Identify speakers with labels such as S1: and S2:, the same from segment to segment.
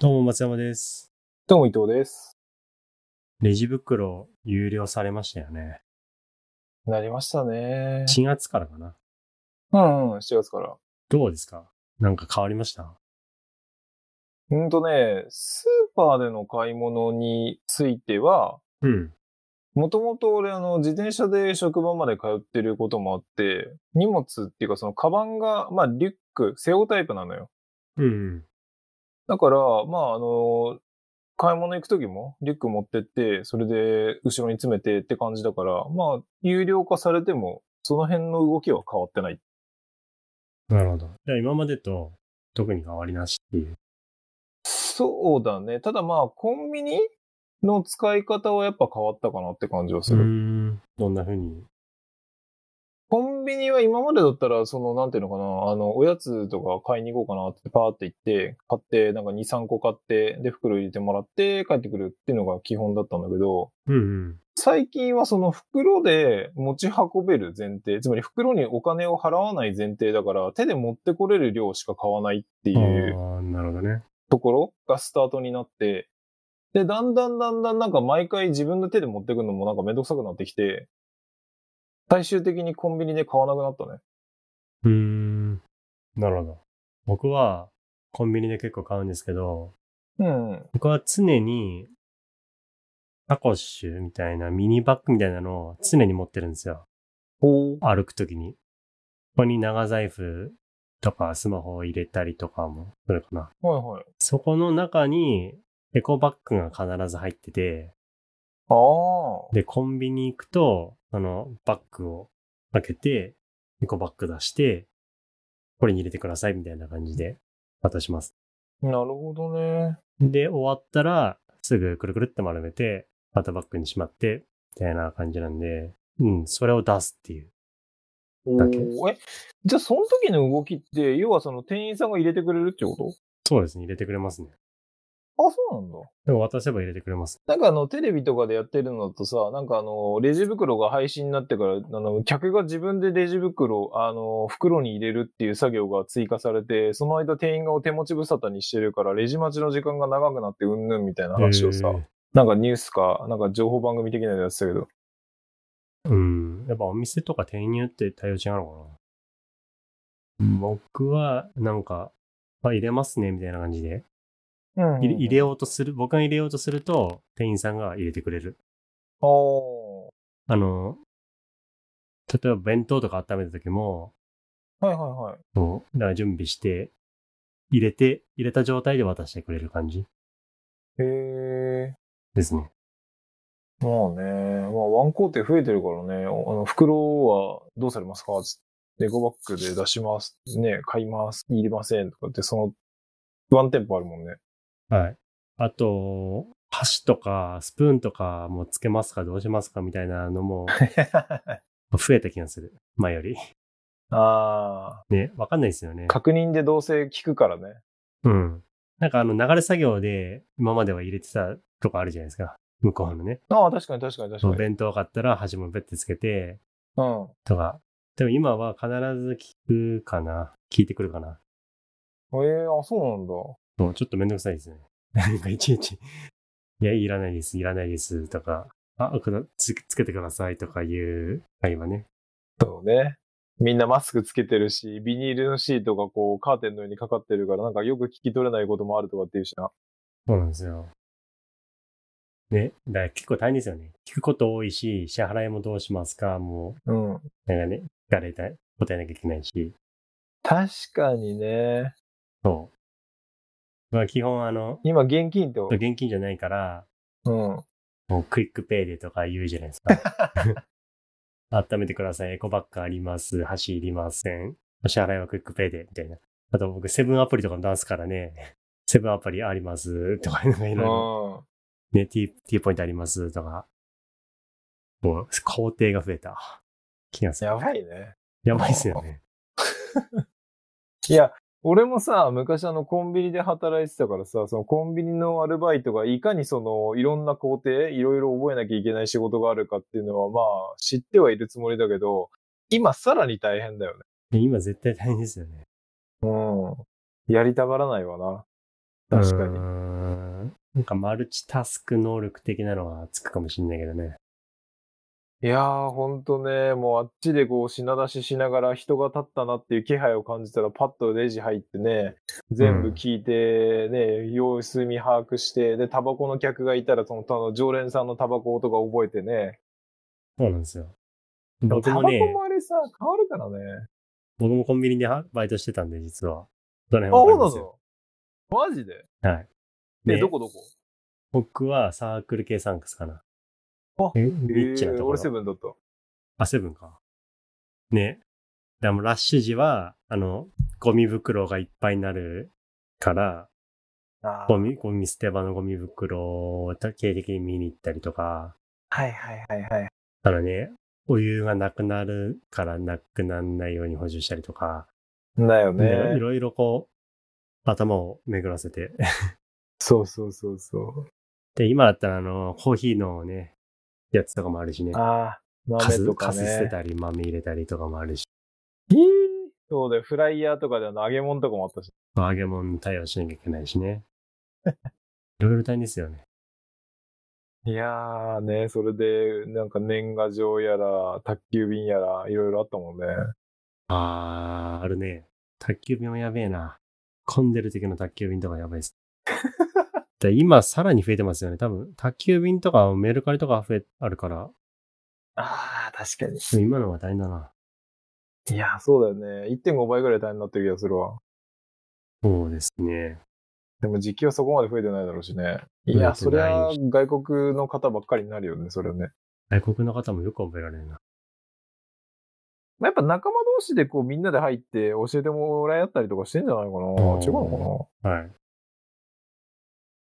S1: どうも松山です。
S2: どうも伊藤です。
S1: レジ袋有料されましたよね。
S2: なりましたね。
S1: 4月からかな。
S2: うん、うん、7月から。
S1: どうですかなんか変わりました
S2: うんとね、スーパーでの買い物については、
S1: うん。
S2: もともと俺あの自転車で職場まで通ってることもあって、荷物っていうかそのカバンが、まあリュック、背負うタイプなのよ。
S1: うん。
S2: だから、まああの、買い物行く時もリュック持ってって、それで後ろに詰めてって感じだから、まあ有料化されても、その辺の動きは変わってない。
S1: なるほど。じゃあ今までと特に変わりなしっていう。
S2: そうだね。ただまあ、コンビニの使い方はやっぱ変わったかなって感じはす
S1: う
S2: る。
S1: ん。どんな風に
S2: コンビニは今までだったら、その、なんていうのかな、あの、おやつとか買いに行こうかなってパーって行って、買って、なんか2、3個買って、で、袋入れてもらって帰ってくるっていうのが基本だったんだけど、
S1: うんうん。
S2: 最近はその袋で持ち運べる前提、つまり袋にお金を払わない前提だから、手で持ってこれる量しか買わないっていう
S1: ああ、なるほどね。
S2: ところがスタートになって、で、だんだんだんだんなんか毎回自分の手で持ってくるのもなんかめんどくさくなってきて、最終的にコンビニで買わなくなったね。
S1: うん。なるほど。僕はコンビニで結構買うんですけど、
S2: うん。
S1: 僕は常にサコッシュみたいなミニバッグみたいなのを常に持ってるんですよ。
S2: ほう。
S1: 歩くときに。ここに長財布とかスマホを入れたりとかもするかな。
S2: はいはい。
S1: そこの中にエコバッグが必ず入ってて、
S2: ああ。
S1: で、コンビニ行くと、そのバッグを開けて、エコバッグ出して、これに入れてくださいみたいな感じで渡します。
S2: なるほどね。
S1: で、終わったら、すぐくるくるって丸めて、またバッグにしまって、みたいな感じなんで、うん、それを出すっていう。だけ
S2: おーえ、じゃあその時の動きって、要はその店員さんが入れてくれるってこ
S1: そうですね、入れてくれますね。
S2: とあ、そうなんだ。
S1: でも渡せば入れてくれます。
S2: なんかあの、テレビとかでやってるのだとさ、なんかあの、レジ袋が配信になってから、あの、客が自分でレジ袋、あの、袋に入れるっていう作業が追加されて、その間店員がお手持ち無沙汰にしてるから、レジ待ちの時間が長くなってうんぬんみたいな話をさ、
S1: えー
S2: なんかニュースか、なんか情報番組的なのやつだけど、
S1: うん。やっぱお店とか店員によって対応違うのかな僕は、なんか、あ、入れますね、みたいな感じで。
S2: うん
S1: 入れ入れようとする、僕が入れようとすると、店員さんが入れてくれる。
S2: お
S1: あの、例えば弁当とか温めた時も、
S2: ーはいはいはい。
S1: そう、だから準備して、入れて、入れた状態で渡してくれる感じ
S2: へえ。
S1: ですね。
S2: まあね、まあワン工程増えてるからね、おあの、袋はどうされますかつってエコバッグで出します。ね、買います。いりません。とかって、その、ワンテンポあるもんね。
S1: はい。あと、箸とかスプーンとかもつけますかどうしますかみたいなの も増えた気がする。前より。
S2: ああ、
S1: ね、わかんないですよね。
S2: 確認でどうせ聞くからね。
S1: うん。なんかあの流れ作業で今までは入れてたとこあるじゃないですか。向こうのね。
S2: ああ、確かに確か
S1: そ
S2: に
S1: う
S2: 確かに。
S1: 弁当買ったら箸もペッてつけて
S2: うん。
S1: とか。でも今は必ず聞くかな。聞いてくるかな。
S2: ええあ、そう
S1: もうちょっとめんどくさいですね。なんかいちいち。 いや、いらないです、いらないですとか。あ、くだつつけてくださいとかいう会話ね。
S2: なんだ。そうね。みんなマスクつけてるし、ビニールのシートがこう、カーテンのようにかかってるから、なんかよく聞き取れないこともあるとかっていうしな。
S1: そうなんですよ。ね。だから結構大変ですよね。聞くこと多いし、支払いもどうしますかも
S2: うん。
S1: う、なんかね、聞かれた、答えなきゃいけないし。
S2: 確かにね。
S1: そう。まあ基本あの、
S2: 今、現金って、
S1: 現金じゃないから、
S2: うん。
S1: もうクイックペイでとか言うじゃないですか。 温めてください。エコバッグあります。箸いりません。お支払いはクイックペイで。みたいな。あと僕、セブンアプリとかも出すからね。セブンアプリあります。とか、なんかいろいろ。
S2: うん。
S1: ね、T, T ポイントあります。とか。もう、工程が増えた。気がする。
S2: やばいね。
S1: やばいっすよね。
S2: いや、俺もさ、昔あのコンビニで働いてたからさ、そのコンビニのアルバイトがいかにそのいろんな工程、いろいろ覚えなきゃいけない仕事があるかっていうのはまあ知ってはいるつもりだけど、今さらに大変だよね。
S1: で今絶対大変ですよね。
S2: うん。やりたがらないわな。確かに。
S1: うーん。なんかマルチタスク能力的なのはつくかもしんないけどね。
S2: いやー、ほんとね、もうあっちでこう品出ししながら人が立ったなっていう気配を感じたらパッとレジ入ってね、全部聞いてね、様子見把握して、で、タバコの客がいたらその、あの常連さんのタバコとか覚えてね。
S1: そうなんですよ。
S2: でも
S1: 僕
S2: タバ
S1: も
S2: コ
S1: ね、
S2: もあれさ、変わるからね。
S1: 僕もコンビニではバイトしてたんで、実は。その
S2: あ、
S1: 辺
S2: そ
S1: わかり
S2: うな
S1: ますよ。
S2: のマジで
S1: はい。
S2: え、
S1: で
S2: どこどこ
S1: 僕はサークル系サンクスかな。
S2: あ
S1: え
S2: え
S1: リッチなと
S2: ー
S1: こ
S2: 俺セ
S1: ろ。
S2: ブンだった。
S1: あ、セブンか。ね。でもラッシュ時は、あの、ゴミ袋がいっぱいになるから、
S2: あー
S1: ゴミ、ゴミ捨て場のゴミ袋を定期的に見に行ったりとか、
S2: はいはいはいはい。
S1: あのね、お湯がなくなるからなくならないように補充したりとか、
S2: だ
S1: いろ
S2: よ
S1: い
S2: ね。
S1: ろいろこう、頭を巡らせて。
S2: そうそうそうそ
S1: で、今だったらあの、コーヒーのね、やつとかもあるしね
S2: う。。ああ、
S1: カ
S2: 豆
S1: ス、
S2: と
S1: カ
S2: か
S1: ス捨て
S2: ね。
S1: たり、豆入れたりとかもあるし、
S2: えーそうだよ。フライヤーとかであの揚げ物とかもあったし。
S1: 揚げ物対応しなきゃいけないし ね。いろいろ大変ですよね。
S2: いやーね、それで、なんか年賀状やら、宅急便やら、いろいろあったもんね。
S1: あー、あるね。宅急便もやべえな。混んでる時の宅急便とかやば いです。で今さらに増えてますよね。多分、宅急便とかメルカリとか増え、あるから、
S2: ああ、確かに。
S1: 今のは大変だな。
S2: いやーそうだよね。1.5倍ぐらい大変になってる気がするわ。
S1: そうですね。
S2: でも時給はそこまで増えてないだろうしね。いや、
S1: 増え
S2: そ
S1: て
S2: り
S1: ない
S2: ゃ外国の方ばっかりになるよね、それはね。
S1: 外国の方もよく覚えられるな。
S2: まあやっぱ仲間同士でこうみんなで入って教えてもらい合ったりとかしてんじゃないかな。
S1: ん
S2: 違うの
S1: はい。
S2: かな。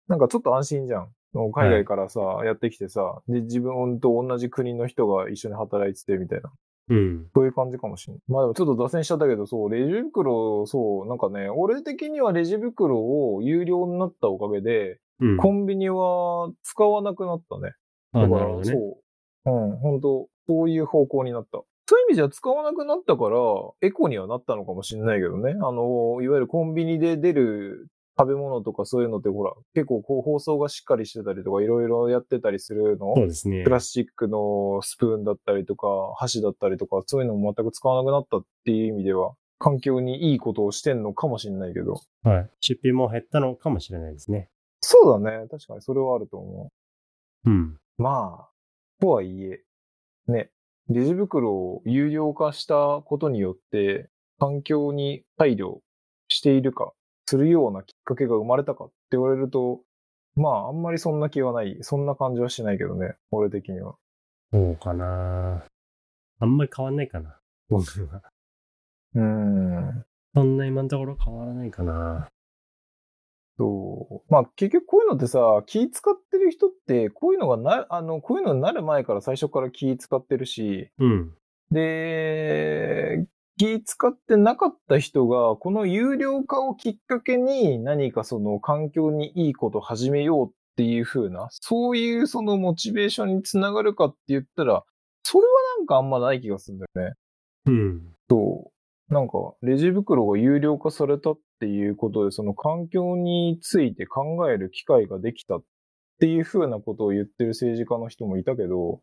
S2: なんかちょっと安心じゃん。海外からさ、やってきてさ、で、自分と同じ国の人が一緒に働いててみたいな。
S1: うん。
S2: そういう感じかもしれない。まあでもちょっと脱線しちゃったけど、そう、レジ袋、そう、なんかね、俺的にはレジ袋を有料になったおかげで、
S1: うん。
S2: コンビニは使わなくなったね。
S1: あ、
S2: だか
S1: な
S2: ら
S1: るほどね。
S2: そう。うん、本当そういう方向になった。そういう意味じゃ使わなくなったから、エコにはなったのかもしれないけどね。あの、いわゆるコンビニで出る食べ物とかそういうのってほら、結構こう包装がしっかりしてたりとか、いろいろやってたりするの
S1: そうですね
S2: プ。ラスチックのスプーンだったりとか、箸だったりとか、そういうのも全く使わなくなったっていう意味では、環境にいいことをしてんのかもしれないけど。
S1: はい。出費も減ったのかもしれないですね。
S2: そうだね。確かにそれはあると思
S1: うん。
S2: う。まあ、とはいえ、ね、レジ袋を有料化したことによって、環境に配慮しているか、するようなきっかけが生まれたかって言われると、まあ、あんまりそんな気はない。そんな感じはしないけどね。俺的には。
S1: そうかなあんまり変わんないかな。 僕は。
S2: うーん。
S1: そんな今のところ変わらないかな。
S2: そう。まあ結局こういうのってさ、気使ってる人って、こういうのがな、あの、こういうのになる前から最初から気使ってるし、
S1: うん。
S2: で、気使ってなかった人が、この有料化をきっかけに何かその環境にいいこと始めようっていう風な、そういうそのモチベーションにつながるかって言ったら、それはなんかあんまない気がするんだよね。
S1: うん。
S2: そう。なんか、レジ袋が有料化されたっていうことで、その環境について考える機会ができたっていうふうなことを言ってる政治家の人もいたけど、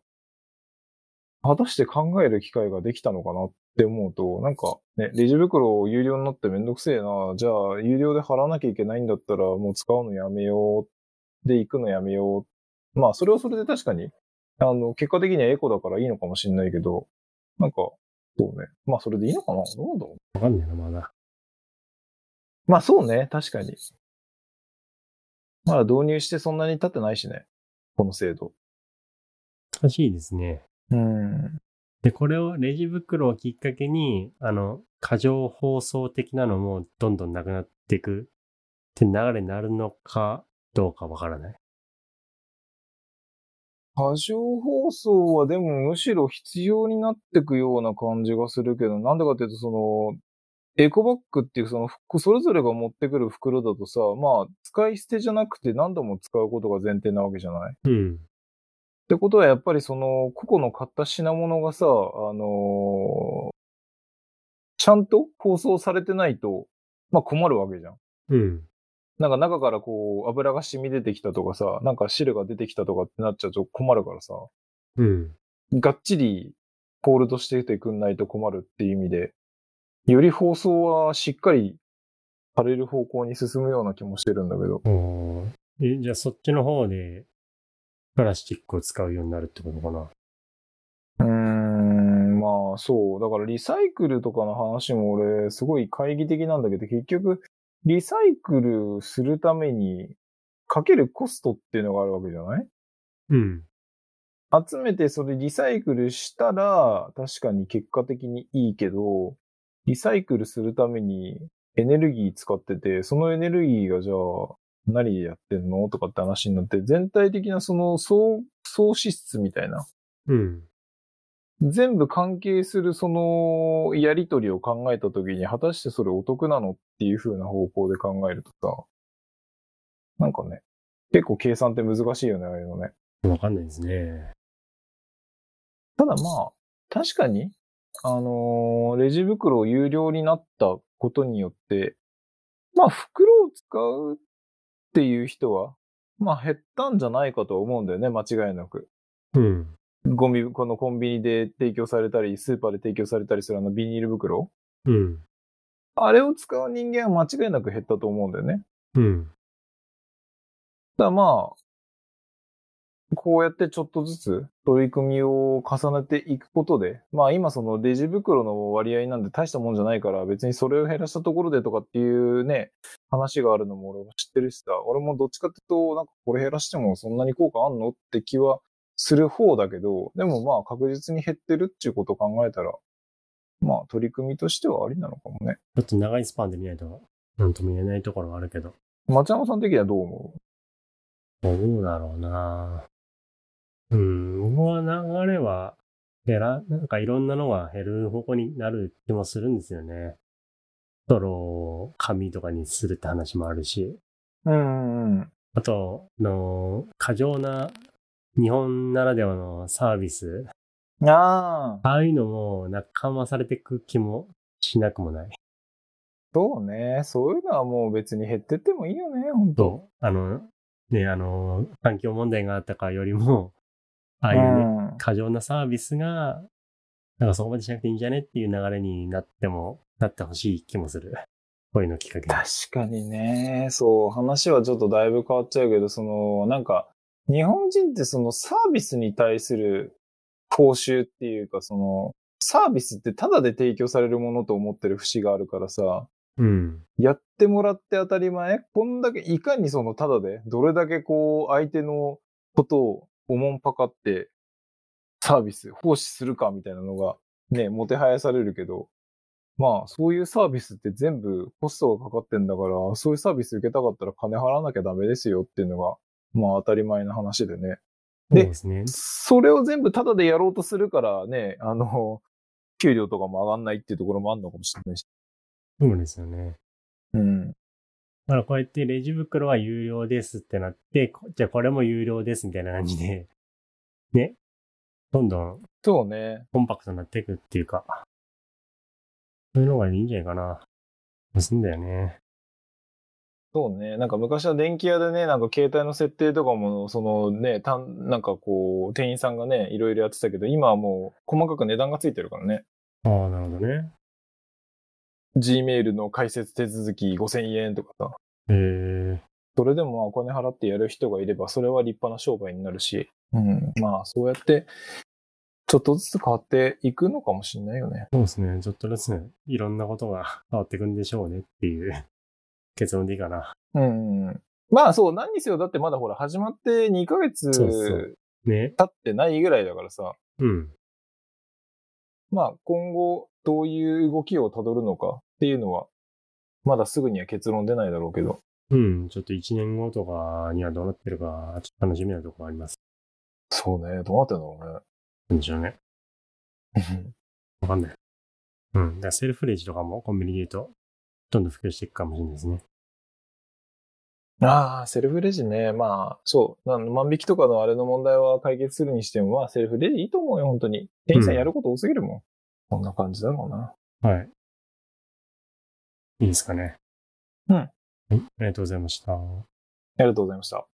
S2: 果たして考える機会ができたのかなって思うと、なんかね、レジ袋を有料になってめんどくせえな、じゃあ有料で払わなきゃいけないんだったらもう使うのやめよう、で行くのやめよう。まあ、それはそれで確かに、あの、結果的にはエコだからいいのかもしれないけど、なんか、そうね。まあ、それでいいのかなどうだろ
S1: わかんないな、まだ。
S2: うまあ、そうね。確かに。まだ導入してそんなに経ってないしね。この制度。
S1: 難しいですね。
S2: うん。
S1: で、これを、レジ袋をきっかけに、あの、過剰放送的なのもどんどんなくなっていくって流れになるのかどうかわからない。
S2: 過剰放送はでもむしろ必要になってくような感じがするけど、なんでかっていうと、その、エコバッグっていうその服、それぞれが持ってくる袋だとさ、まあ、使い捨てじゃなくて何度も使うことが前提なわけじゃない
S1: うん。
S2: ってことはやっぱりその個々の買った品物がさ、あのーちゃんと包装されてないと、まあ困るわけじゃん。
S1: うん。
S2: なんか中からこう、油が染み出てきたとかさ、なんか汁が出てきたとかってなっちゃうと困るからさ、
S1: うん。
S2: がっちりコールドしててくんないと困るっていう意味で、より放送はしっかりされる方向に進むような気もしてるんだけど。
S1: おーえ、じゃあそっちの方で、プラスチックを使うようになるってことかな。
S2: うーん、まあそう。だからリサイクルとかの話も俺、すごい懐疑的なんだけど、結局、リサイクルするためにかけるコストっていうのがあるわけじゃない
S1: うん。
S2: 集めてそれリサイクルしたら、確かに結果的にいいけど、リサイクルするためにエネルギー使ってて、そのエネルギーがじゃあ、何でやってんのとかって話になって、全体的なその総、総支出みたいな。
S1: うん。
S2: 全部関係するその、やりとりを考えた時に、果たしてそれお得なのっていう風な方向で考えるとさ、なんかね、結構計算って難しいよね、ああいうのね。
S1: わかんないですね。
S2: ただまあ、確かに、あのーレジ袋有料になったことによって、まあ、袋を使うっていう人は、まあ、減ったんじゃないかと思うんだよね、間違いなく。
S1: うん。
S2: ゴミ、このコンビニで提供されたり、スーパーで提供されたりするあのビニール袋。
S1: うん。
S2: あれを使う人間は間違いなく減ったと思うんだよね。
S1: うん。
S2: ただまあ、こうやってちょっとずつ取り組みを重ねていくことで、まあ今そのレジ袋の割合なんて大したもんじゃないから、別にそれを減らしたところでとかっていうね、話があるのも俺も知ってるしさ、俺もどっちかっていうと、なんかこれ減らしてもそんなに効果あんのって気はする方だけど、でもまあ確実に減ってるっていうことを考えたら、まあ取り組みとしてはありなのかもね。
S1: ちょっと長いスパンで見ないと、なんとも言えないところはあるけど。
S2: 松山さん的にはどう思う
S1: どうだろうなうん、僕は流れは減ら、なんかいろんなのが減る方向になる気もするんですよね。ストローを紙とかにするって話もあるし、
S2: うんうんうん。
S1: あと、あの、過剰な日本ならではのサービス、
S2: ああ、
S1: ああいうのもなんか緩和されていく気もしなくもない。
S2: そうね。そういうのはもう別に減ってってもいいよね、本当
S1: そう。あの、ね、あの、環境問題があったかよりも、ああいうね、過剰なサービスが、なんかそこまでしなくていいんじゃねっていう流れになっても、なってほしい気もする。こういうのきっかけに。
S2: 確かにね。そう、話はちょっとだいぶ変わっちゃうけど、その、なんか、日本人ってそのサービスに対する報酬っていうか、その、サービスってタダで提供されるものと思ってる節があるからさ、
S1: うん。
S2: やってもらって当たり前こんだけ、いかにそのタダで、どれだけこう、相手のことをおもんぱかって、サービス、奉仕するかみたいなのが、ね、もてはやされるけど、まあ、そういうサービスって全部コストがかかってんだから、そういうサービス受けたかったら金払わなきゃダメですよっていうのが、まあ当たり前の話でね。
S1: そう
S2: で
S1: ですね。
S2: それを全部タダでやろうとするからね、あの、給料とかも上がんないっていうところもあるのかもしれないし。
S1: そうですよね。
S2: うん。
S1: だからこうやってレジ袋は有料ですってなって、こじゃあこれも有料ですみたいな感じで、ね。どんどん
S2: そうね。
S1: コンパクトになっていくっていうか、そういうのがいいんじゃないかな。そういうんだよね。
S2: そうね。なんか昔は電気屋でね、なんか携帯の設定とかも、そのね、たん、なんかこう、店員さんがね、いろいろやってたけど、今はもう細かく値段がついてるからね。
S1: ああ、なるほどね。
S2: Gmail の開設手続き5000円とかさ。
S1: へえ
S2: それでもまあお金払ってやる人がいれば、それは立派な商売になるし、うん。まあそうやって、ちょっとずつ変わっていくのかもしれないよね。
S1: そうですね。ちょっとずついろんなことが変わっていくんでしょうねっていう 結論でいいかな。
S2: うん。まあそう、何にせよ、だってまだほら、始まって2ヶ月
S1: そうそう
S2: 経
S1: ね。
S2: ってないぐらいだからさ。
S1: うん。
S2: まあ、今後、どういう動きをたどるのかっていうのは、まだすぐには結論出ないだろうけど。
S1: うん。ちょっと1年後とかにはどうなってるか、ちょっと楽しみなところあります。
S2: そうね、どうなってんだろ
S1: なんでしょうね。
S2: うね。
S1: わかんない。うん。だからセルフレジとかもコンビニで言うと、どんどん普及していくかもしれないですね。
S2: ああ、セルフレジね。まあ、そう。あの万引きとかのあれの問題は解決するにしても、まあ、セルフレジいいと思うよ、本当に。店員さんやること多すぎるもん。こんな感じだろうな。
S1: はい。いいですかね。
S2: うん。
S3: はいありがとうございました。
S1: ありがとうございました。